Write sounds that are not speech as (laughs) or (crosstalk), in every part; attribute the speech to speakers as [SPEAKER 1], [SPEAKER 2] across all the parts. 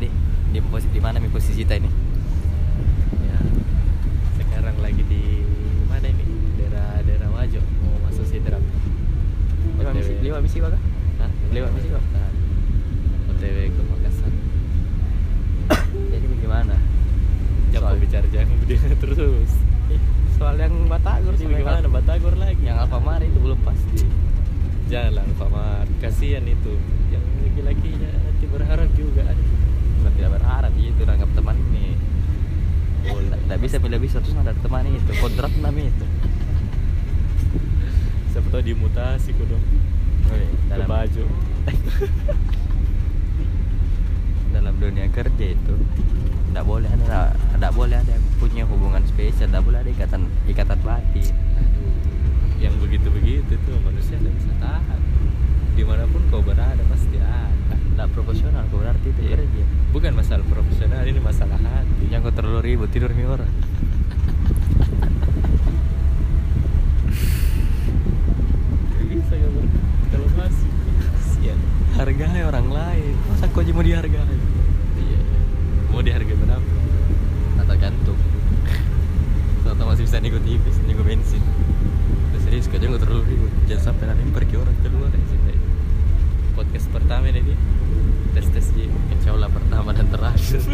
[SPEAKER 1] di posisi di mana nih posisi kita ini?
[SPEAKER 2] ya sekarang lagi di mana ini daerah daerah Wajo mau masuk Sidrap
[SPEAKER 3] lewat misi lewat misi baga
[SPEAKER 2] Hah?
[SPEAKER 3] lewat misi kok.
[SPEAKER 1] Nah,
[SPEAKER 2] Bukan. OTW ke Makassar
[SPEAKER 1] Jadi bagaimana?
[SPEAKER 2] ya
[SPEAKER 1] Soal-
[SPEAKER 2] mau bicara jangan berdiri (laughs) terus
[SPEAKER 3] soal yang batagor
[SPEAKER 2] ini
[SPEAKER 3] sih
[SPEAKER 2] bagaimana Batagor lagi
[SPEAKER 1] Yang Alfamart itu belum pasti.
[SPEAKER 2] janganlah Alfamart kasihan itu yang laki-laki ya nanti berharap juga
[SPEAKER 1] Bukan tidak berharap ya, itu rangkap teman ini. Tidak bisa pilih bisa terus ada teman itu kontrak namanya itu.
[SPEAKER 2] siapa tahu dimutasi kudu ke
[SPEAKER 1] Dalam
[SPEAKER 2] baju
[SPEAKER 1] (laughs) dalam dunia kerja itu tidak boleh ada tidak boleh ada yang punya hubungan spesial, tidak boleh ada ikatan ikatan batin.
[SPEAKER 2] aduh (laughs) yang begitu begitu tuh manusia nggak bisa tahan dimanapun kau berada pasti ada
[SPEAKER 1] Tidak profesional, kau berarti itu
[SPEAKER 2] Iya.
[SPEAKER 1] kerja.
[SPEAKER 2] bukan masalah profesional ini masalah hati
[SPEAKER 1] Yang kau terlalu ribut tidur nih orang.
[SPEAKER 2] Nggak bisa nggak ber- kalau masih kasihan
[SPEAKER 1] (laughs) Hargai orang lain. Masa kau aja mau dihargai?
[SPEAKER 2] iya mau dihargai berapa
[SPEAKER 1] Nah, tergantung. Atau masih bisa nego tipis, nego bensin. Udah serius, kau jangan terlalu ribut. Jangan sampai nanti pergi orang keluar. ya,
[SPEAKER 2] Boleh, Cinta. podcast pertama ini Di. tes tes di
[SPEAKER 1] Insya Allah pertama dan terakhir. (laughs)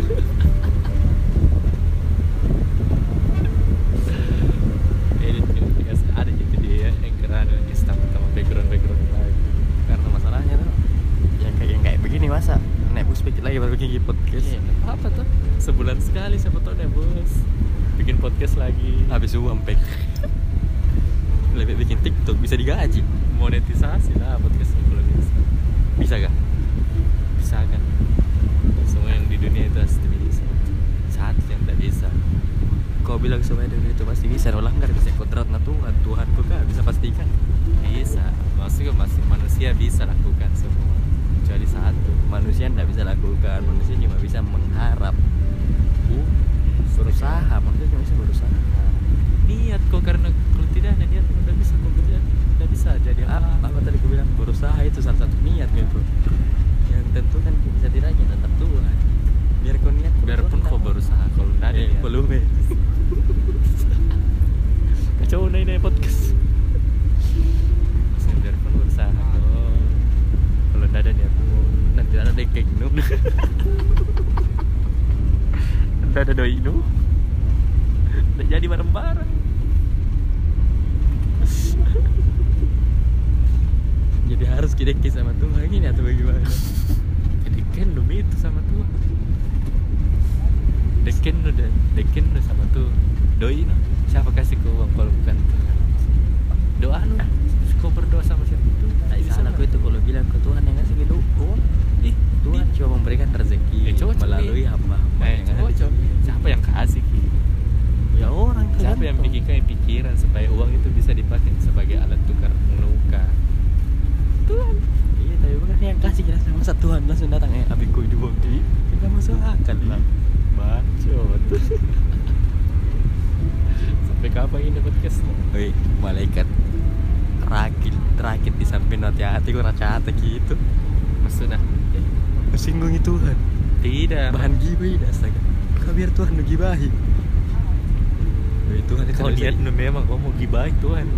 [SPEAKER 2] edit podcast ada gitu di anchoran yang sama sama background background lagi
[SPEAKER 1] Karena masalahnya tuh yang kayak yang kayak begini masa naik bus pikir lagi baru bikin podcast.
[SPEAKER 2] Iya, nggak apa tuh sebulan sekali siapa tahu deh bos bikin podcast lagi
[SPEAKER 1] Habis uang pek. Lebih bikin TikTok bisa digaji.
[SPEAKER 2] monetisasi lah podcast kalau bisa
[SPEAKER 1] Bisa gak?
[SPEAKER 2] bisa kan semua yang di dunia itu pasti bisa satu yang tak bisa
[SPEAKER 1] Kau bilang semuanya dunia itu pasti bisa, ulah nggak bisa kodratnya Tuhan, Tuhan kau gak bisa pastikan.
[SPEAKER 2] bisa maksudnya masih manusia bisa lakukan semua kecuali satu
[SPEAKER 1] Manusia nggak bisa lakukan, manusia cuma bisa mengharap,
[SPEAKER 2] bu
[SPEAKER 1] berusaha, manusia cuma bisa berusaha.
[SPEAKER 2] niat kok karena kalau tidak ada niat tidak bisa kok kerja tidak bisa jadi apa,
[SPEAKER 1] Ya, apa, apa tadi gue bilang berusaha itu salah satu niat gitu yang tentukan bisa dirajin tetap Tuhan biar kau niat
[SPEAKER 2] ah. biarpun kau berusaha kalau tidak ada niat
[SPEAKER 1] belum ya (laughs)
[SPEAKER 2] kacau nih nih podcast Maksudnya biarpun berusaha kok kalau tidak ada niat bu
[SPEAKER 1] nanti ada dekeng nu
[SPEAKER 2] tidak ada doi nu Nggak jadi bareng bareng
[SPEAKER 1] jadi harus kideki sama Tuhan gini atau bagaimana
[SPEAKER 2] jadi kan lu itu sama tuh deken lu deh deken lu sama tuh doi no siapa kasih ke uang kalau bukan Tuhan doa lu kau berdoa sama siapa tuh
[SPEAKER 1] nah salah kau itu kalau bilang ke Tuhan yang ngasih gitu oh
[SPEAKER 2] ih
[SPEAKER 1] Tuhan
[SPEAKER 2] Tuhan
[SPEAKER 1] cuma memberikan rezeki
[SPEAKER 2] Eh, cocok,
[SPEAKER 1] melalui
[SPEAKER 2] Wi.
[SPEAKER 1] hamba-hamba
[SPEAKER 2] eh,
[SPEAKER 1] yang ada di-
[SPEAKER 2] cocok. Kan siapa yang kasih Ki?
[SPEAKER 1] ya orang
[SPEAKER 2] siapa yang
[SPEAKER 1] tergantung.
[SPEAKER 2] pikirkan pikiran supaya uang itu bisa dipakai sebagai alat tukar menukar
[SPEAKER 1] Tuhan iya tapi bukan yang kasih kita sama satu Tuhan langsung datang ya abis kau dibuang jadi tidak masuk akal lah
[SPEAKER 2] bacot (laughs) sampai kapan ini podcast
[SPEAKER 1] Wih, malaikat rakit rakit di samping hati hati kok raca hati gitu
[SPEAKER 2] maksudnya
[SPEAKER 1] singgungi Tuhan
[SPEAKER 2] tidak
[SPEAKER 1] bahan gibah ini astaga kau biar Tuhan nu gibahi Wih, Tuhan itu
[SPEAKER 2] kalau
[SPEAKER 1] nggak bisa
[SPEAKER 2] niat
[SPEAKER 1] di-
[SPEAKER 2] lu memang gua mau gibahin Tuhan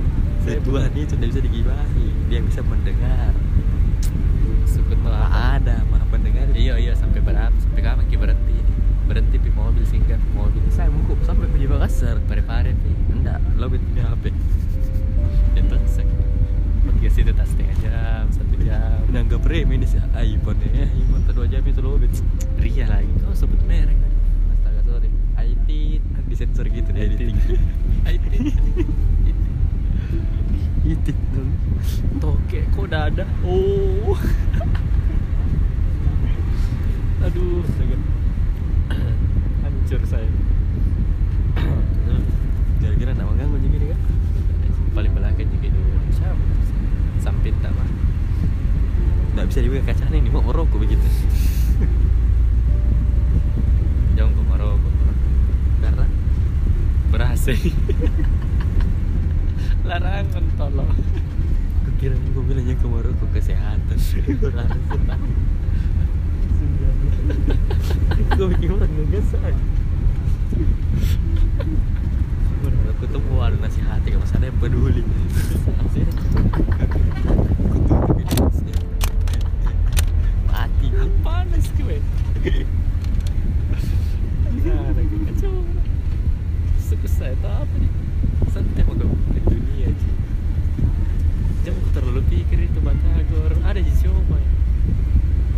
[SPEAKER 1] Wih, Tuhan itu tidak bisa digibahi dia bisa mendengar
[SPEAKER 2] sukut
[SPEAKER 1] malah
[SPEAKER 2] malah
[SPEAKER 1] ada maha pendengar
[SPEAKER 2] iya iya sampai berapa sampai kapan ki berhenti ini? berhenti pi mobil singgah pi mobil
[SPEAKER 1] saya mungkup sampai pergi Makassar
[SPEAKER 2] pare pare pi
[SPEAKER 1] enggak lo punya HP
[SPEAKER 2] Ya, itu sek podcast itu tak setengah jam satu jam
[SPEAKER 1] udah nggak prem ini sih iPhone ya iPhone tak dua jam itu lo bet
[SPEAKER 2] Ria lagi kau Oh, sebut merek
[SPEAKER 1] astaga sorry IT disensor gitu Oh, di editing
[SPEAKER 2] IT
[SPEAKER 1] IT dong
[SPEAKER 2] Toke kok dada. Oh. (laughs) Aduh, sangat hancur saya. (coughs)
[SPEAKER 1] kira-kira nggak mengganggu juga nih kan
[SPEAKER 2] Paling belakang juga di Indonesia. Sampit sama.
[SPEAKER 1] nggak bisa dibuka kacanya ini mau merokok begitu
[SPEAKER 2] Jangan ke Maroko.
[SPEAKER 1] karena
[SPEAKER 2] Berhasil. (laughs) Larangan tolong.
[SPEAKER 1] kira gue bilangnya ke Maroko kesehatan Berasa.
[SPEAKER 2] gue bikin orang ngegas aja
[SPEAKER 1] Menurut aku tuh mau ada nasi hati kalau ada yang peduli. Asik. Aku tuh tapi dia asik. Mati.
[SPEAKER 2] panas gue Nah, ada kacau Susah itu apa nih? Santai mau gabung ke dunia aja Jangan kau terlalu pikir itu Batagor Ada ya? di Xiaomi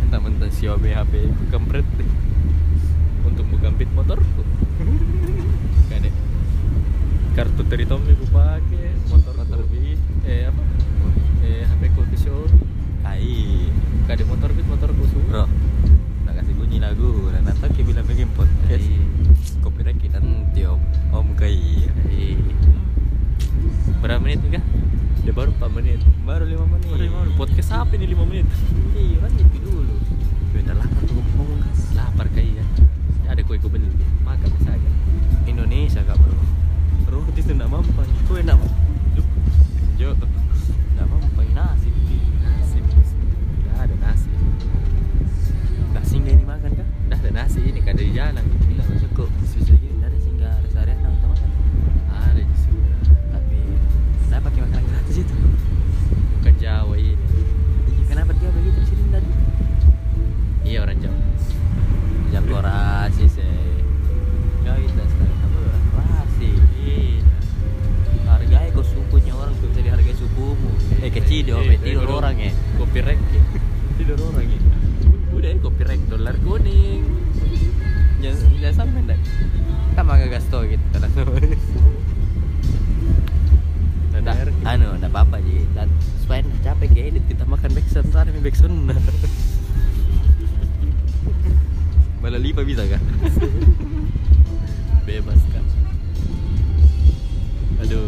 [SPEAKER 1] Mentah-mentah Xiaomi HP aku kempret deh.
[SPEAKER 2] Untuk menggambit motorku Gak deh Kartu Teritom aku pakai Motor
[SPEAKER 1] Motor
[SPEAKER 2] Bit Eh apa? Eh HP ku ke Xiaomi
[SPEAKER 1] Ai.
[SPEAKER 2] Gak ada motor Bit, motor ku semua
[SPEAKER 1] Bro. Nak kasih bunyi lagu. Dan nanti kita bilang bikin podcast.
[SPEAKER 2] Ai.
[SPEAKER 1] Copyright kita nanti om. Om kai.
[SPEAKER 2] Hai. hmm, Berapa menit enggak? Udah baru 4 menit
[SPEAKER 1] Baru 5 menit.
[SPEAKER 2] Baru lima menit. Podcast apa ini 5 menit?
[SPEAKER 1] Iya, kan nyepi dulu. Beda lah aku ngomong guys.
[SPEAKER 2] Lapar kayaknya Ada kue gue beli Makan saja
[SPEAKER 1] Indonesia kak bro. Roti itu enggak mampang. Kue enggak mampang. Jo. Enggak mampang nasi.
[SPEAKER 2] Nasi Udah ada nasi
[SPEAKER 1] Enggak singgah ini makan kak.
[SPEAKER 2] Udah ada nasi ini kan dari jalan Gue bilang
[SPEAKER 1] Enggak cukup. Susah gini enggak ada singgah rest area enggak kita makan.
[SPEAKER 2] Ah, Ada di sini
[SPEAKER 1] Tapi saya pakai makanan gratis itu.
[SPEAKER 2] Bukan Jawa ini
[SPEAKER 1] Iya, Kenapa dia begitu di sini tadi?
[SPEAKER 2] Iya orang Jawa
[SPEAKER 1] Yang kau rasis eh. Kau itu sekarang kamu orang rasis. Hargai kau sukunya orang tuh bisa dihargai sukumu. Eh kecil dia
[SPEAKER 2] Eh,
[SPEAKER 1] eh, tidur
[SPEAKER 2] dulu.
[SPEAKER 1] orang ya.
[SPEAKER 2] Kopi rek eh?
[SPEAKER 1] Tidur orang ya.
[SPEAKER 2] Udah ya, kopi rek dolar kuning
[SPEAKER 1] Jangan jangan sampai ndak. Kita mah gagas tau gitu kan. Nah,
[SPEAKER 2] Dolar kuning.
[SPEAKER 1] anu, enggak apa-apa sih. Dan supaya nggak capek kayak edit kita makan backsound ntar mi backsound. (laughs) Bala lipa bisa (laughs) kah?
[SPEAKER 2] Bebas kan
[SPEAKER 1] Aduh.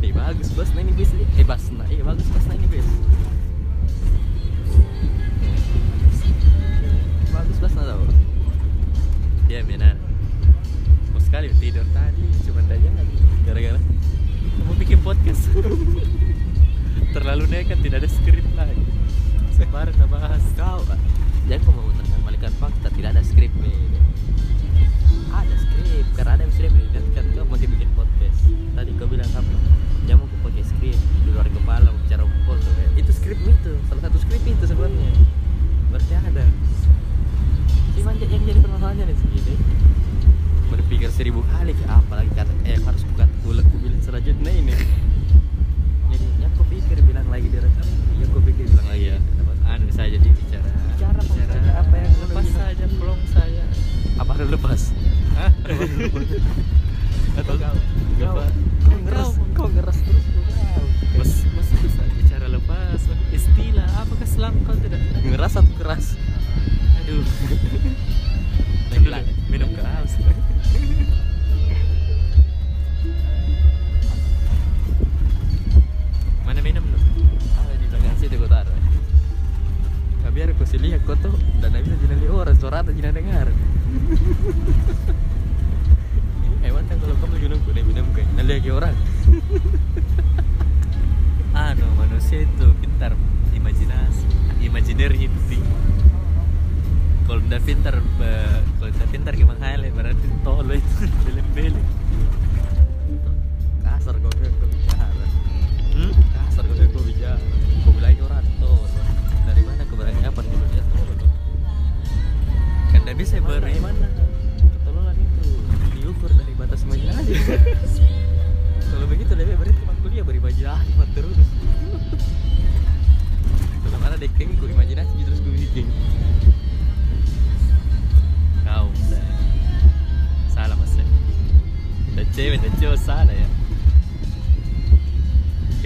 [SPEAKER 1] Eh bagus bos, nah ini bis. Eh bas, nah eh bagus bos, nah ini bis. Bagus bos, nah tau.
[SPEAKER 2] Iya benar. Mau sekali tidur tadi, cuman tanya
[SPEAKER 1] Gara-gara
[SPEAKER 2] mau bikin podcast. (laughs) Terlalu nekat, tidak ada skrip lagi. Sebar kita bahas.
[SPEAKER 1] kau, Pak. Jangan kau memutarkan balikan fakta, tidak ada skrip nih. Ada skrip, karena ada skrip nih. Dan kan kau masih bikin podcast. Tadi kau bilang apa? Jangan mau pakai skrip di luar kepala, mau bicara umpol. Itu skrip itu, salah satu skrip itu sebenarnya. Berarti ada. Cuman j- yang jadi permasalahannya nih segini berpikir seribu kali ke apa lagi kata eh harus buka bulat bilang selanjutnya ini jadi yang kau pikir bilang lagi direkam yang kau pikir bilang
[SPEAKER 2] Iya.
[SPEAKER 1] lagi Dapat
[SPEAKER 2] Anu saja jadi bicara.
[SPEAKER 3] Bicara, Pak. Bicara apa yang anda
[SPEAKER 2] lepas
[SPEAKER 3] bilang?
[SPEAKER 2] saja pelong saya.
[SPEAKER 1] apa harus lepas
[SPEAKER 2] Hah?
[SPEAKER 1] (laughs) atau
[SPEAKER 2] Atau-
[SPEAKER 1] kau
[SPEAKER 2] Apa?
[SPEAKER 3] Kau ngeres, kau ngeres terus kau tahu.
[SPEAKER 2] Mas, mas bisa bicara lepas. Istilah apakah selam kau tidak?
[SPEAKER 1] ngeras (laughs) atau keras
[SPEAKER 2] Aduh.
[SPEAKER 1] Lagi lah.
[SPEAKER 2] Minum keras. Mana minum lu?
[SPEAKER 1] ada Ah, di belakang situ kau taruh nggak biar kau silih kau tuh dan nggak bisa jinali orang suara atau jinak dengar eh mantap kalau kamu minum kau nih minum kan? kau nanti lagi orang
[SPEAKER 2] Anu manusia itu pintar imajinasi, imajiner itu. Kalau udah pintar, be- kalau udah pintar gimana hal berarti tolol itu (laughs) belem-belem.
[SPEAKER 1] kasar kau kau bicara
[SPEAKER 2] Hmm?
[SPEAKER 1] kasar kau kau bicara kau bilang orang tuh dari mana keberanian apa dulu dia tuh
[SPEAKER 2] Kan udah bisa
[SPEAKER 1] Mana,
[SPEAKER 2] baru
[SPEAKER 1] mana? Ketololan itu diukur dari batas imajinasi. Kalau begitu deh, berarti teman kuliah
[SPEAKER 2] ah,
[SPEAKER 1] berimajinasi buat terus. Kalau mana dekeng ku imajinasi terus ku bikin.
[SPEAKER 2] Kau udah salah mas. Dan cewek dan cewek salah ya.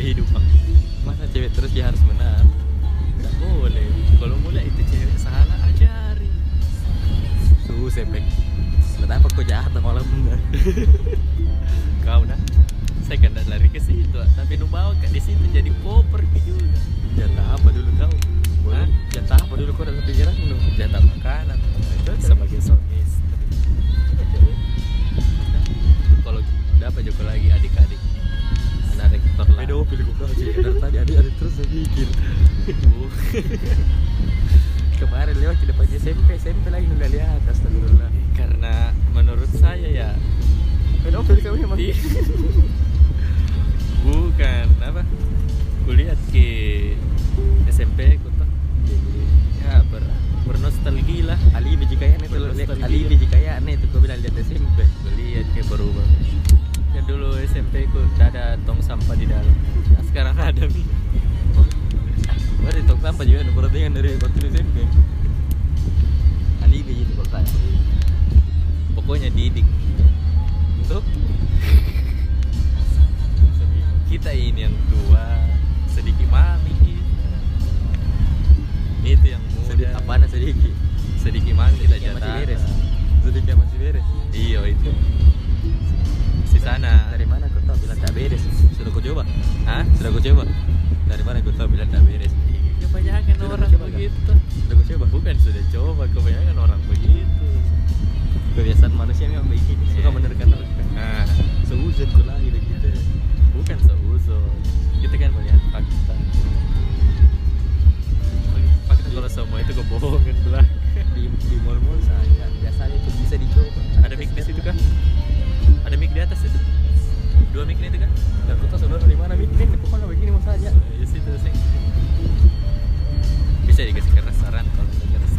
[SPEAKER 2] Kehidupan.
[SPEAKER 1] Masa cewek terus dia harus benar?
[SPEAKER 2] Gak boleh. Kalau mulai itu cewek salah ajari.
[SPEAKER 1] Tuh sepek. Kenapa kau jahat sama orang benar?
[SPEAKER 2] Kau dah. Saya kan dah lari ke situ, tapi nu bawa ke di situ jadi popper juga.
[SPEAKER 1] Jatah apa dulu kau?
[SPEAKER 2] Hah?
[SPEAKER 1] Boleh. Jatah apa dulu kau dalam pikiran lu?
[SPEAKER 2] Jatah makanan. Sebagai suami istri. Nah, Kalau dapat juga lagi adik-adik ada rektor lah.
[SPEAKER 1] Pedofil kau kau cewek dari tadi ada ada terus saya bikin.
[SPEAKER 2] Bu.
[SPEAKER 1] Kemarin lewat di depan dia SMP SMP lagi udah lihat astagfirullah
[SPEAKER 2] (laughs) karena menurut saya ya
[SPEAKER 1] pedofil kamu emang
[SPEAKER 2] di- (laughs) bukan apa kulihat ke SMP ku tuh ya ber bernostalgia lah
[SPEAKER 1] Ali biji kaya nih tuh lo lihat
[SPEAKER 2] Bernostalgia.
[SPEAKER 1] Ali biji kaya nih tuh gue bilang lihat SMP
[SPEAKER 2] kulihat ke berubah ya dulu SMP ku tak ada tong sampah di dalam Nah, sekarang (laughs) ada nih
[SPEAKER 1] Berarti tong sampah juga ada perhatian dari waktu SMP Ali biji di kota
[SPEAKER 2] pokoknya didik
[SPEAKER 1] untuk
[SPEAKER 2] kita ini yang tua sedikit mami kita itu yang muda
[SPEAKER 1] sedih apa nih sedikit
[SPEAKER 2] sedikit mami kita
[SPEAKER 1] Sedikit masih
[SPEAKER 2] jatah
[SPEAKER 1] beres sedikit masih beres
[SPEAKER 2] iya itu si sana
[SPEAKER 1] dari mana kau tahu bilang tak beres sudah kau coba
[SPEAKER 2] Hah?
[SPEAKER 1] sudah kau coba dari mana kau tahu bilang tak beres
[SPEAKER 2] kebanyakan
[SPEAKER 1] Sudah
[SPEAKER 2] orang
[SPEAKER 1] mencoba, kan?
[SPEAKER 2] begitu
[SPEAKER 1] sudah kau coba
[SPEAKER 2] bukan sudah coba kebanyakan orang begitu
[SPEAKER 1] kebiasaan manusia memang begini suka kan?
[SPEAKER 2] Iya.
[SPEAKER 1] menerka-nerka
[SPEAKER 2] nah
[SPEAKER 1] seuzon kau lagi begitu
[SPEAKER 2] bukan seuzon kita kan melihat fakta fakta kalau semua itu kebohongan belah
[SPEAKER 1] di di mall-mall saya biasanya itu bisa dicoba
[SPEAKER 2] ada mic di situ kah ada mic di atas itu dua mic itu kan? kah
[SPEAKER 1] dan kau tahu saudara dari mana bikin pokoknya begini masalahnya
[SPEAKER 2] ya situ sih bisa dikasih keras saran kalau bisa keras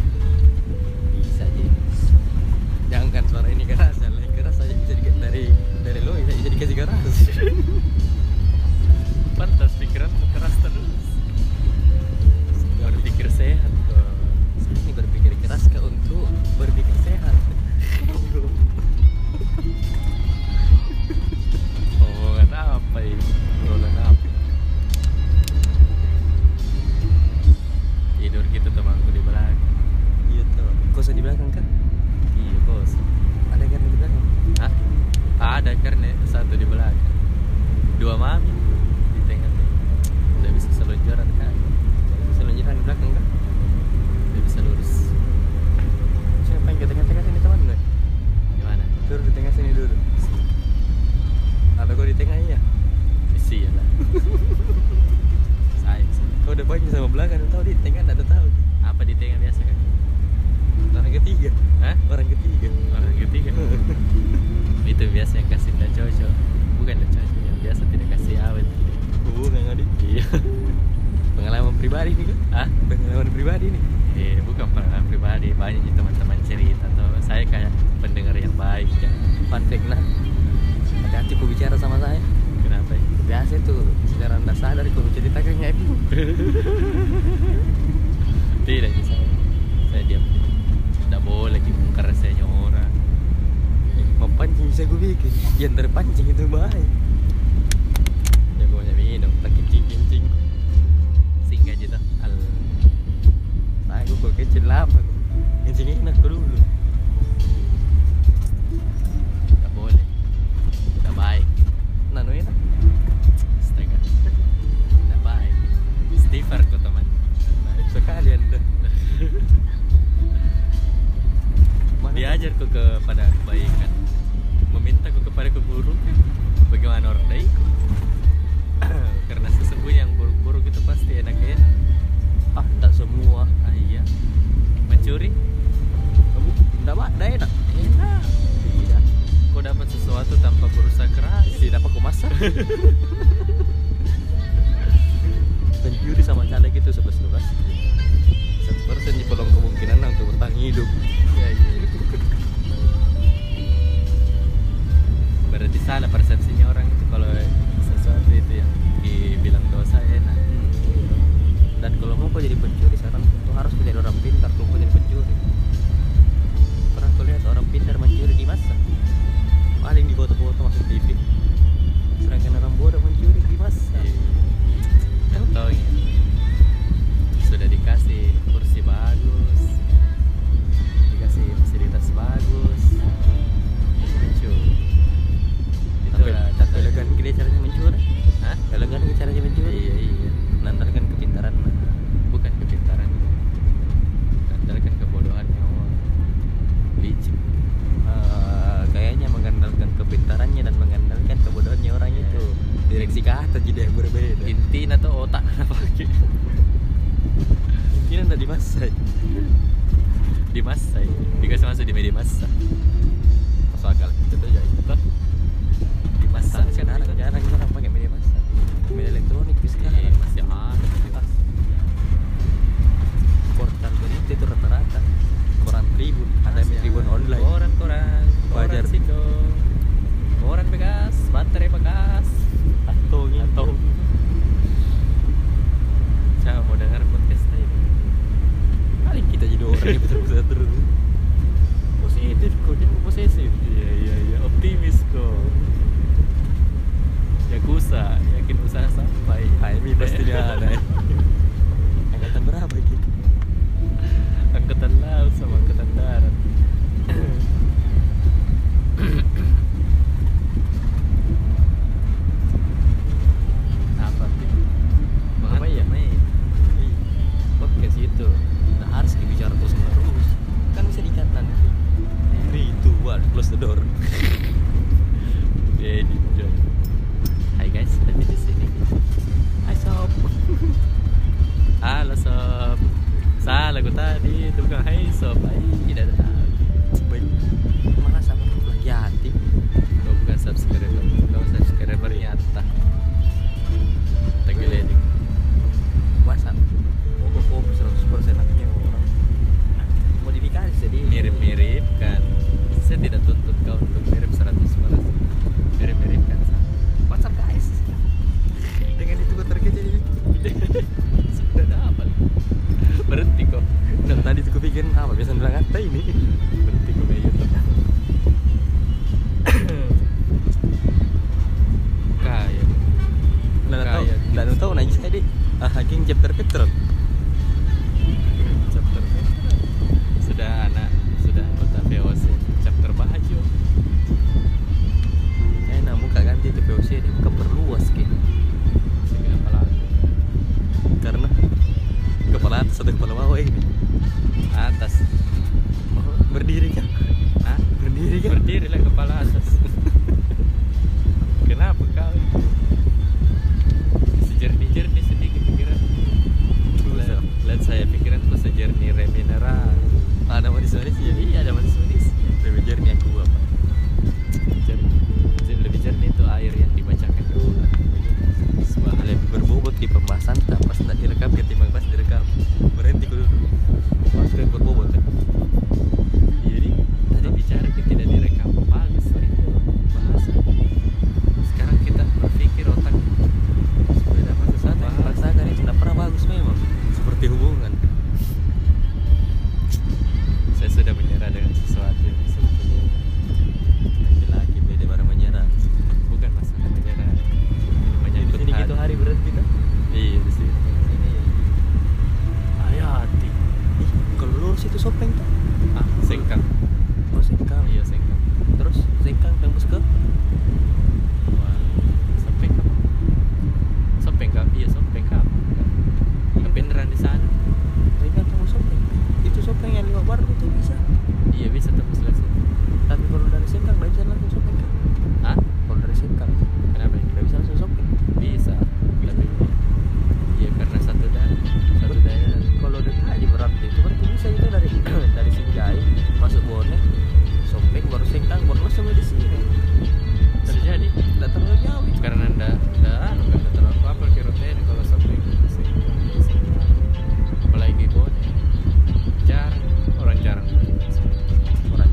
[SPEAKER 1] bisa aja jangankan suara ini keras yang lain keras aja bisa dikasih dari dari lo bisa, bisa dikasih keras
[SPEAKER 2] pantas pikiran tuh keras terus berpikir sehat tuh
[SPEAKER 1] ini berpikir keras ke untuk berpikir
[SPEAKER 2] (laughs)
[SPEAKER 1] sehat
[SPEAKER 2] omongan Oh, apa ini obrolan apa tidur gitu temanku di belakang
[SPEAKER 1] (laughs) iya tuh kosan di belakang kan
[SPEAKER 2] iya bos
[SPEAKER 1] ada kan di belakang
[SPEAKER 2] Hah? ada karena satu di belakang dua mami di tengah-tengah udah bisa selonjoran kan
[SPEAKER 1] selanjutnya di belakang kan
[SPEAKER 2] udah bisa lurus
[SPEAKER 1] siapa yang ke tengah-tengah sini teman lo
[SPEAKER 2] gimana
[SPEAKER 1] tur di tengah sini dulu atau kau di tengah iya
[SPEAKER 2] isi ya lah Sayang sih.
[SPEAKER 1] kau udah pagi sama belakang tahu di tengah nggak ada tahu
[SPEAKER 2] apa di tengah biasa kan
[SPEAKER 1] orang ketiga
[SPEAKER 2] Hah?
[SPEAKER 1] orang ketiga
[SPEAKER 2] orang
[SPEAKER 1] (laughs)
[SPEAKER 2] ketiga itu biasa yang kasih tidak cocok bukan tidak cocok yang biasa tidak kasih awet
[SPEAKER 1] hubungan nggak di
[SPEAKER 2] iya
[SPEAKER 1] pengalaman pribadi nih kan
[SPEAKER 2] ah
[SPEAKER 1] pengalaman pribadi nih
[SPEAKER 2] eh bukan pengalaman pribadi banyak nih teman-teman cerita atau saya kayak pendengar yang baik ya
[SPEAKER 1] fun fact nah hati-hati kau bicara sama saya
[SPEAKER 2] kenapa ya?
[SPEAKER 1] biasa itu secara anda sadar kau ceritakan nggak itu (laughs)
[SPEAKER 2] tidak sih saya saya diam tidak boleh dibongkar rasanya orang
[SPEAKER 1] mau pancing bisa gue bikin yang terpancing itu baik ya gue banyak minum tak kencing kencing
[SPEAKER 2] sehingga gitu al
[SPEAKER 1] nah gue kok kecil lama gua. kencing enak gua dulu
[SPEAKER 2] tidak boleh tidak baik
[SPEAKER 1] nano Nah, enak
[SPEAKER 2] astaga tidak baik Stifer kok teman
[SPEAKER 1] baik sekali
[SPEAKER 2] (laughs)
[SPEAKER 1] anda Mana-
[SPEAKER 2] diajar kok kepada kebaikan meminta kok kepada keburukan bagaimana orang baik (clears throat) karena sesungguhnya yang buruk-buruk itu pasti enaknya
[SPEAKER 1] ah tak semua
[SPEAKER 2] ah iya mencuri
[SPEAKER 1] kamu tidak pak dah enak
[SPEAKER 2] enak
[SPEAKER 1] tidak
[SPEAKER 2] kau dapat sesuatu tanpa berusaha keras
[SPEAKER 1] tidak apa kau masak pencuri sama caleg itu sebesar satu persen di peluang kemungkinan untuk bertahan hidup Ya,
[SPEAKER 2] Iya, iya. berarti salah persepsinya orang itu kalau sesuatu itu yang dibilang dosa enak
[SPEAKER 1] Hmm. dan kalau mau kau jadi pencuri saran itu harus kau jadi orang pintar kalau kau jadi pencuri pernah kau lihat orang pintar mencuri di masa paling di foto-foto masuk TV sedangkan orang bodoh mencuri di masa
[SPEAKER 2] Tahu ya. Sudah dikasih kursi bagus, dikasih fasilitas bagus, lucu. Itu
[SPEAKER 1] Hmm. tapi kan?
[SPEAKER 2] lah,
[SPEAKER 1] tapi
[SPEAKER 2] tanda-
[SPEAKER 1] elegan gede caranya mencuri
[SPEAKER 2] Hah?
[SPEAKER 1] elegan gede caranya mencuri
[SPEAKER 2] Iya iya,
[SPEAKER 1] menantarkan kepintaran
[SPEAKER 2] bukan kepintaran, mengandalkan kebodohannya orang. Licik.
[SPEAKER 1] Eh, kayaknya mengandalkan kepintarannya dan mengandalkan kebodohannya orang itu direksi ke atas jadi yang berbeda
[SPEAKER 2] Intin atau otak (laughs) apa
[SPEAKER 1] intinya tadi mas
[SPEAKER 2] di masa itu dikasih masuk di media massa masuk akal itu tuh ya itu tuh. di masa
[SPEAKER 1] Sekarang kan anak jarang orang pakai media massa. Media elektronik di sekarang.
[SPEAKER 2] Iya, masih ada di massa.
[SPEAKER 1] Portal berita itu rata-rata koran Tribun, ada
[SPEAKER 2] Masih
[SPEAKER 1] Tribun online.
[SPEAKER 2] koran koran koran
[SPEAKER 1] Wajar.
[SPEAKER 2] sido koran bekas baterai bekas
[SPEAKER 1] atau gitu.
[SPEAKER 2] atau saya mau dengar podcast tadi
[SPEAKER 1] Kali kita jadi orang yang betul-betul terus. Positif kok, jangan posesif.
[SPEAKER 2] Iya iya iya optimis kok. Yakuza yakin usaha sampai.
[SPEAKER 1] HMI pastinya ada. Angkatan berapa gitu?
[SPEAKER 2] (laughs) Angkatan laut sama angkatan darat. Apa sih?
[SPEAKER 1] Apa ya? Iya, Ih, Podcast itu nggak harus bicara terus menerus. Kan bisa diikat nanti. Three, two, one, close the door.
[SPEAKER 2] Jadi dong. Hai guys, tapi di sini. Hai sob. (laughs) Halo sob. Salah gue tadi, itu bukan hai sob. Hai, tidak tahu.
[SPEAKER 1] Baik. Mana sama lagi hati?
[SPEAKER 2] Kau bukan subscriber, kau subscriber ya nyata. Tenggeleding.
[SPEAKER 1] Masa mau ke kopi Oh, 100% aku nyewa orang. Modifikasi jadi
[SPEAKER 2] Mirip-mirip kan. Saya tidak tuntut kau untuk mirip 100 Mirip-mirip kan.
[SPEAKER 1] What's up guys? Dengan itu gue terkejut jadi
[SPEAKER 2] Sudah dapat. Berhenti Nah, kok.
[SPEAKER 1] Dan tadi tuh gue bikin apa biasa bilang kata ini.
[SPEAKER 2] Berhenti kok kayak
[SPEAKER 1] gitu.
[SPEAKER 2] YouTube. Kaya.
[SPEAKER 1] Dan tahu,
[SPEAKER 2] Kaya.
[SPEAKER 1] dan tahu nanya saya deh. Ah, hacking chapter chapter.
[SPEAKER 2] chapter sudah anak sudah anggota VOC chapter baju
[SPEAKER 1] Enak muka ganti itu POC kan, dia muka perluas ke.
[SPEAKER 2] segala pelaku
[SPEAKER 1] Karena kepala atas atau kepala bawah ini
[SPEAKER 2] atas
[SPEAKER 1] berdiri kan?
[SPEAKER 2] Hah?
[SPEAKER 1] Berdiri kan?
[SPEAKER 2] berdirilah kepala atas kenapa kau sejernih-jernih sedikit pikiran lihat, lihat saya pikiranku sejernih remineral
[SPEAKER 1] Ada manis-manis jadi
[SPEAKER 2] jadi ada manis-manis
[SPEAKER 1] lebih jernih aku apa?
[SPEAKER 2] jernih Jadi lebih jernih itu air yang dibacakan dulu
[SPEAKER 1] Sebab lebih berbobot di pembahasan tak pas tak direkam ketimbang pas direkam berhenti ku dulu pas keren berbobot Iya, ya.
[SPEAKER 2] Jadi tadi bicara kita tidak direkam bagus lah itu bahasa. Sekarang kita berpikir otak
[SPEAKER 1] sepeda pas kesana yang dipaksakan itu tidak pernah bagus memang seperti hubungan
[SPEAKER 2] saya sudah menyerah dengan sesuatu yang sebetulnya
[SPEAKER 1] laki-laki beda barang menyerah
[SPEAKER 2] bukan kan masalah menyerah menyangkut
[SPEAKER 1] jadi gitu hari berhenti kan
[SPEAKER 2] Iya gitu, di sini.
[SPEAKER 1] Ini Oh,
[SPEAKER 2] Oh, iya,
[SPEAKER 1] Iya.
[SPEAKER 2] Iya, Iya,
[SPEAKER 1] kan?
[SPEAKER 2] iya,
[SPEAKER 1] gitu. Kan (clears throat)
[SPEAKER 2] anu, (laughs)
[SPEAKER 1] Nah.
[SPEAKER 2] Iya,
[SPEAKER 1] Nah,
[SPEAKER 2] ya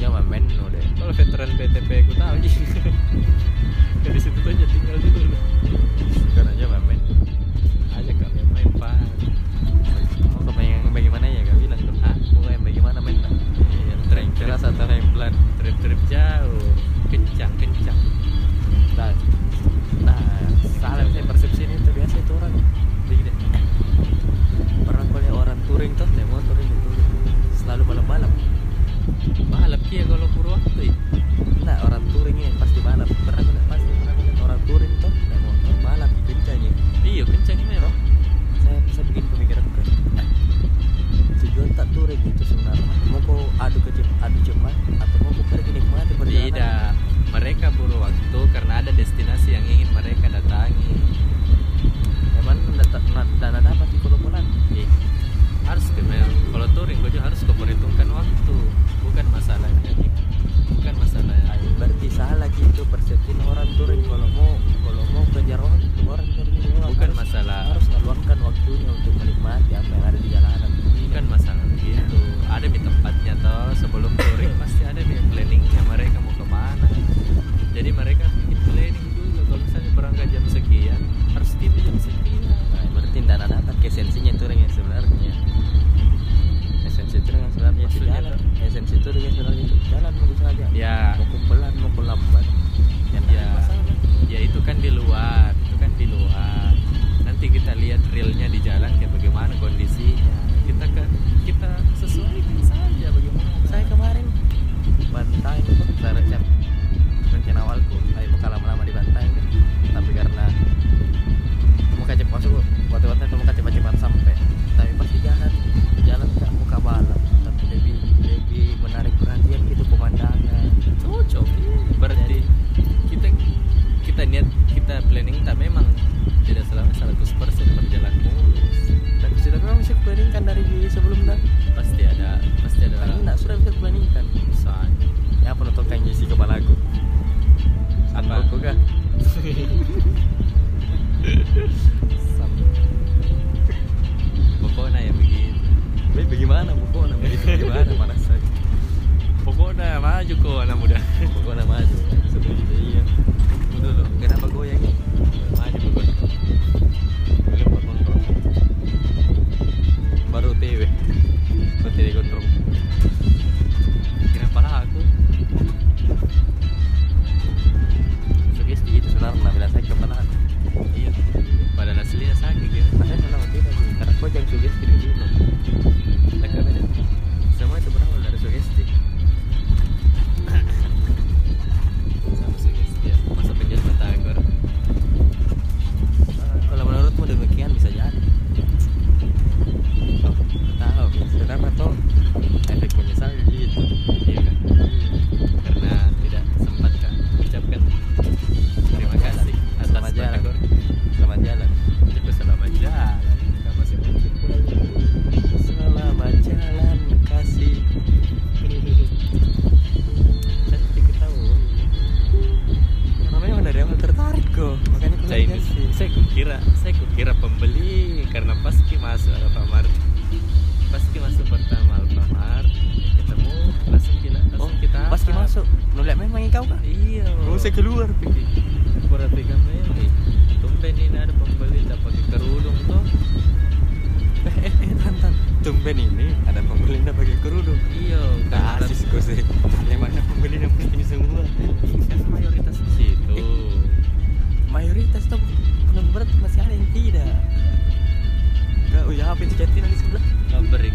[SPEAKER 1] Nah, ya.
[SPEAKER 2] "Iya,
[SPEAKER 1] gitu,
[SPEAKER 2] kan
[SPEAKER 1] Nah,
[SPEAKER 2] Iya. Ya,
[SPEAKER 1] Ya,
[SPEAKER 2] Ya, kan
[SPEAKER 1] kan? gitu Ya,
[SPEAKER 2] maju kok anak muda
[SPEAKER 1] Pokoknya maju
[SPEAKER 2] setuju
[SPEAKER 1] Iya
[SPEAKER 2] Betul loh, kenapa goyang ini? Maju bukan Belum kontrol
[SPEAKER 1] Baru TW Berarti di kontrol
[SPEAKER 2] Kenapa lah aku?
[SPEAKER 1] Sugesti itu sebenarnya bilang saya kepala
[SPEAKER 2] Iya Padahal aslinya sakit ya
[SPEAKER 1] Makanya kenapa tidak sih? Karena kau jangan sugesti di sini
[SPEAKER 2] Nah, beda Semua itu berawal dari
[SPEAKER 1] Eh,
[SPEAKER 2] sugesti Sama sugesti ya Masa penjara mata akor
[SPEAKER 1] Ah, Kalau menurutmu demikian bisa jadi Oh, tahu sebenarnya tuh efek menyesal gitu
[SPEAKER 2] Iya kan? Karena tidak sempat kan Ucapkan Terima kasih Atas
[SPEAKER 1] Selamat jalan.
[SPEAKER 2] Akor
[SPEAKER 1] Selamat jalan
[SPEAKER 2] Itu selamat jalan Kamu masih
[SPEAKER 1] Selamat jalan kasih Cantik tahu Namanya emang dari awal tertarik kok Makanya aku bilang
[SPEAKER 2] Chinese.
[SPEAKER 1] kasih.
[SPEAKER 2] Saya kukira, saya kukira pembeli karena paski masuk Alfamart. Paski masuk pertama Alfamart, ketemu langsung kita
[SPEAKER 1] Oh,
[SPEAKER 2] langsung kita
[SPEAKER 1] pas
[SPEAKER 2] atap.
[SPEAKER 1] masuk Nolak memang kau kak
[SPEAKER 2] Iya.
[SPEAKER 1] Oh, saya keluar
[SPEAKER 2] pergi. Berarti kami tumben ini ada pembeli tak pakai kerudung tuh.
[SPEAKER 1] Eh, eh, eh, tantan Tumben ini ada pembeli yang pakai kerudung
[SPEAKER 2] Iya,
[SPEAKER 1] Nah,
[SPEAKER 2] karena
[SPEAKER 1] asis kau sih Memangnya pembeli yang penting semua
[SPEAKER 2] kan mayoritas di situ.
[SPEAKER 1] Mayoritas tuh belum berat masih ada yang tidak Kau ya apa yang dicatin di sebelah
[SPEAKER 2] Pabrik.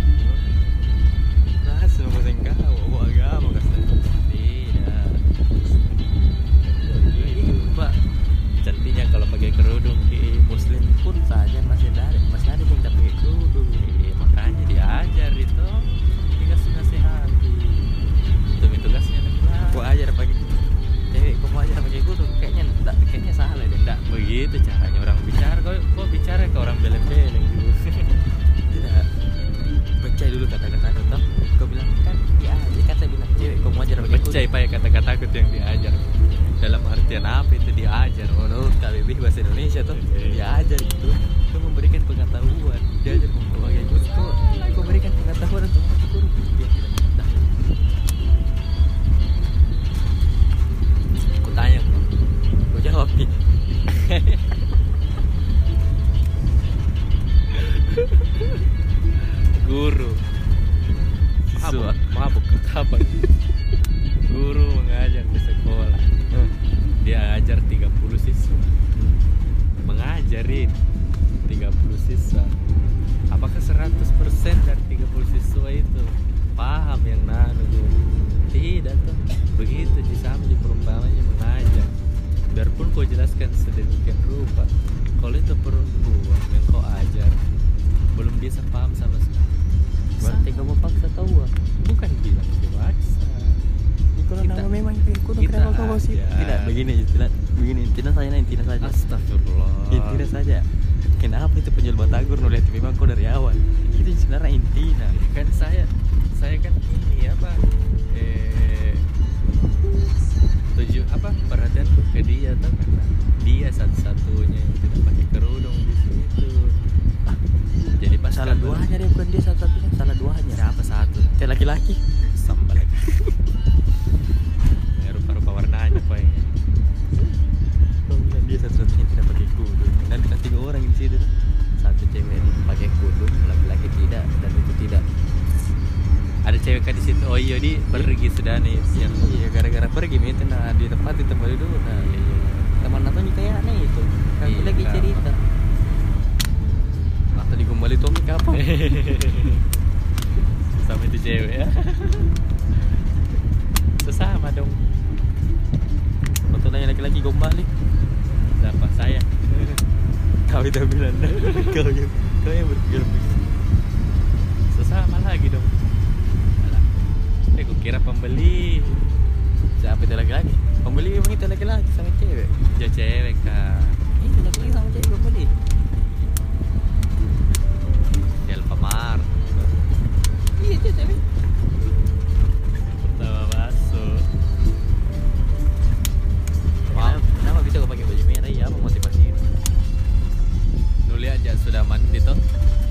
[SPEAKER 1] Nah, semua sengkau Bawa agama kasih
[SPEAKER 2] Tidak. Iya, Pak. Cantiknya kalau pakai kerudung di muslim
[SPEAKER 1] pun saja masih ada masih ada yang tak pakai kerudung
[SPEAKER 2] Iya, makanya diajar itu dikasih nasihati demi tugasnya
[SPEAKER 1] gua
[SPEAKER 2] negara
[SPEAKER 1] ajar pakai cewek gua mau ajar pakai kerudung kayaknya enggak kayaknya salah deh
[SPEAKER 2] tidak begitu caranya orang bicara kok kok bicara ke orang gitu? beleng-beleng (laughs) dulu
[SPEAKER 1] tidak baca dulu kata-kata lu toh kau bilang kan ya dia kata bilang cewek gua mau ajar pakai
[SPEAKER 2] Becai pak ya kata-kata aku tuh yang diajar dalam artian apa itu diajar
[SPEAKER 1] Ono KBB bahasa Indonesia tuh
[SPEAKER 2] Oke.
[SPEAKER 1] dia ajar itu Kau memberikan pengetahuan dia ajar membawa kurus kau kau berikan pengetahuan untuk memakai kurus dia tidak dah
[SPEAKER 2] aku tanya bro
[SPEAKER 1] kau jawab nih
[SPEAKER 2] guru siswa mabuk apa guru mengajar di sekolah dia ajar 30 siswa mengajarin 30 siswa apakah 100% dari 30 siswa itu paham yang nano guru tidak tuh begitu disambi perumpamannya mengajar biarpun kau jelaskan sedemikian rupa kalau itu perempuan yang kau ajar belum bisa paham sama sekali
[SPEAKER 1] berarti kamu paksa tahu ah
[SPEAKER 2] bukan bilang dewasa
[SPEAKER 1] Kalau
[SPEAKER 2] Kita-
[SPEAKER 1] nama memang ikut
[SPEAKER 2] kita
[SPEAKER 1] kenapa kau sih?
[SPEAKER 2] aja.
[SPEAKER 1] Tidak begini istilah begini intinya saja intinya saja.
[SPEAKER 2] Astagfirullah.
[SPEAKER 1] Intinya saja. Kenapa itu penjual batagor nulis memang kau dari awal? Itu sebenarnya intinya.
[SPEAKER 2] Kan saya saya kan ini apa? Eh tujuh apa perhatianku ke dia tuh karena dia satu-satunya yang tidak pakai kerudung di situ. Jadi pas
[SPEAKER 1] Salah
[SPEAKER 2] kan-
[SPEAKER 1] duanya dia bukan dia salah satunya, salah duanya.
[SPEAKER 2] Siapa satu?
[SPEAKER 1] Dia laki-laki.
[SPEAKER 2] Sambal. Ya, rupa-rupa warnanya ya. kok yang
[SPEAKER 1] Kau bilang dia satu-satunya tidak pakai kudung. Dan kita tiga orang di situ. Satu cewek itu pakai kudung, laki-laki tidak dan itu tidak.
[SPEAKER 2] ada cewek kan di situ. Oh iya di pergi sudah nih siang.
[SPEAKER 1] Iya, gara-gara pergi itu nah di tempat itu kembali dulu. Nah,
[SPEAKER 2] Iya, iya.
[SPEAKER 1] teman nonton juga ya aneh itu. Aku
[SPEAKER 2] Iya,
[SPEAKER 1] lagi
[SPEAKER 2] Kak.
[SPEAKER 1] cerita. Nah, tadi kembali topik (laughs) apa?
[SPEAKER 2] Sesama itu cewek ya. (laughs) Sesama dong.
[SPEAKER 1] Untuk nanya laki-laki kembali.
[SPEAKER 2] Siapa saya?
[SPEAKER 1] Kau itu bilang (laughs) kau yang kau yang berpikir
[SPEAKER 2] Sesama lagi dong. Alah. Eh, gua kira pembeli.
[SPEAKER 1] Siapa itu laki-laki? Pembeli memang itu laki-laki sama cewek.
[SPEAKER 2] Jo cewek kak.
[SPEAKER 1] Itu laki-laki sama cewek pembeli.
[SPEAKER 2] Di Alfamart.
[SPEAKER 1] Iya itu cewek.
[SPEAKER 2] Pertama masuk.
[SPEAKER 1] Kenapa, kenapa bisa kau pakai baju merah? Ya apa motivasi itu?
[SPEAKER 2] Nuli aja sudah mandi toh.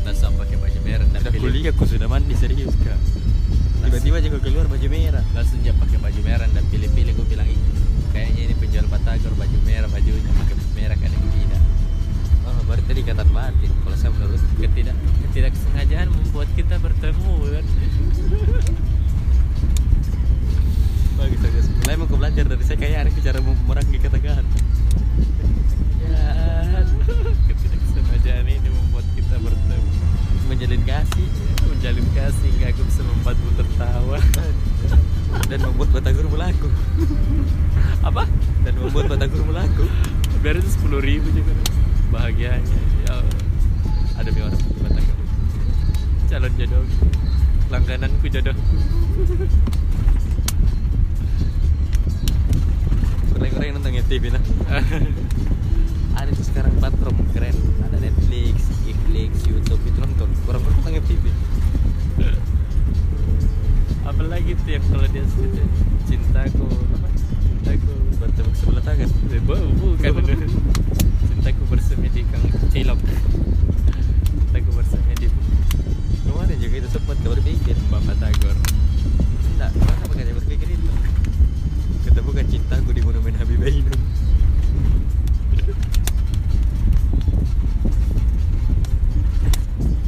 [SPEAKER 2] Langsung pakai baju merah dan
[SPEAKER 1] Sudah kuliah aku sudah mandi serius kak. tiba-tiba aja gua keluar baju merah
[SPEAKER 2] langsung dia pakai baju merah dan pilih-pilih gue bilang "Ih, kayaknya ini penjual batagor baju merah bajunya pakai baju merah kan yang tidak
[SPEAKER 1] oh baru tadi ikatan batin kalau saya menurut
[SPEAKER 2] ketidak ketidaksengajaan membuat kita bertemu kan
[SPEAKER 1] bagus bagus mulai mau gua belajar dari saya kayak Arif bicara mem- merangkai kata-kata
[SPEAKER 2] ketidaksengajaan ini membuat kita bertemu
[SPEAKER 1] menjalin kasih
[SPEAKER 2] menjalin kasih hingga aku bisa membuatmu tertawa (laughs)
[SPEAKER 1] dan membuat batagor melaku
[SPEAKER 2] apa
[SPEAKER 1] dan membuat batagor melaku
[SPEAKER 2] biar itu sepuluh ribu juga kan. bahagianya ya Allah. ada mi orang batagor calon jodoh langgananku (laughs) jodohku
[SPEAKER 1] orang-orang yang nonton TV nah ada tuh sekarang platform keren ada Netflix, Netflix, YouTube itu nonton orang-orang nonton TV
[SPEAKER 2] apalagi tuh yang kalau dia sebutnya cintaku apa cintaku
[SPEAKER 1] bertemu ke sebelah tangan
[SPEAKER 2] Eh, bu, bukan cintaku bersemi di kang cilok cintaku bersemi di
[SPEAKER 1] kemarin juga itu sempat gak berpikir
[SPEAKER 2] bapak tagor
[SPEAKER 1] enggak, masa pakai gak berpikir itu ketemu kan cintaku di monumen Habib Ainun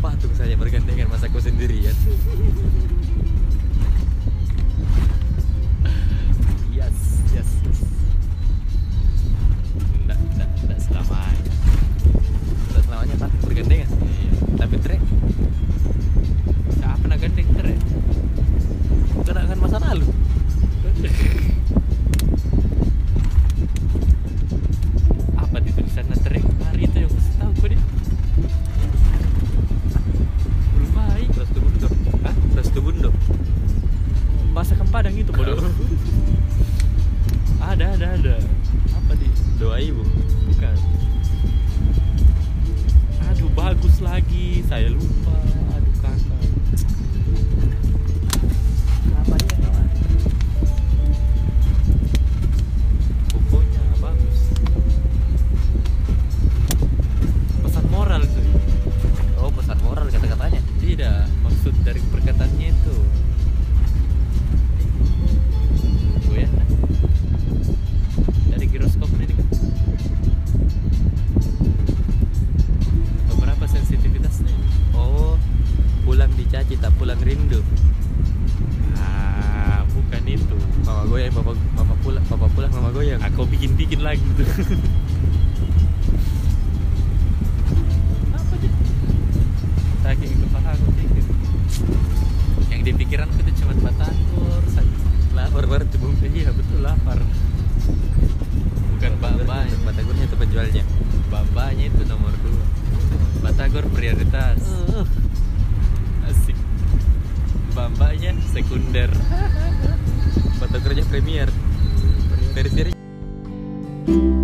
[SPEAKER 1] patung saya bergandengan masaku sendirian
[SPEAKER 2] yes yes yes enggak enggak enggak selamanya
[SPEAKER 1] terus namanya patung bergandengan
[SPEAKER 2] iya
[SPEAKER 1] tapi trek
[SPEAKER 2] siapa nak ya? gandeng keren
[SPEAKER 1] kenangan masa lalu
[SPEAKER 2] (laughs) apa di tulisannya terik hari itu yang mesti tahu gue deh belum baik
[SPEAKER 1] terus tuh bundok
[SPEAKER 2] Hah?
[SPEAKER 1] terus tuh bundok
[SPEAKER 2] bahasa kempadang itu bodoh ada ada ada apa di
[SPEAKER 1] doa ibu
[SPEAKER 2] bukan aduh bagus lagi saya lupa aduh kakak
[SPEAKER 3] Apa dia kawan?
[SPEAKER 2] pokoknya bagus pesan moral itu
[SPEAKER 1] oh pesan moral kata-katanya Iya,
[SPEAKER 2] tidak maksud dari perkataannya itu gue ya dari giroskop ini kan beberapa sensitivitasnya
[SPEAKER 1] oh pulang dicaci tak pulang rindu
[SPEAKER 2] ah bukan itu
[SPEAKER 1] mama goyang bapak mama pulang papa pulang mama goyang
[SPEAKER 2] aku bikin bikin lagi tuh apa sih saking kepala aku pikir yang di pikiran itu cuma batagor saja
[SPEAKER 1] lapar baru tuh bung
[SPEAKER 2] Iya betul lapar. Bukan babanya,
[SPEAKER 1] batagurnya itu penjualnya
[SPEAKER 2] babanya itu nomor dua. Batagor prioritas. Asik. Babanya sekunder.
[SPEAKER 1] batagurnya premier dari seri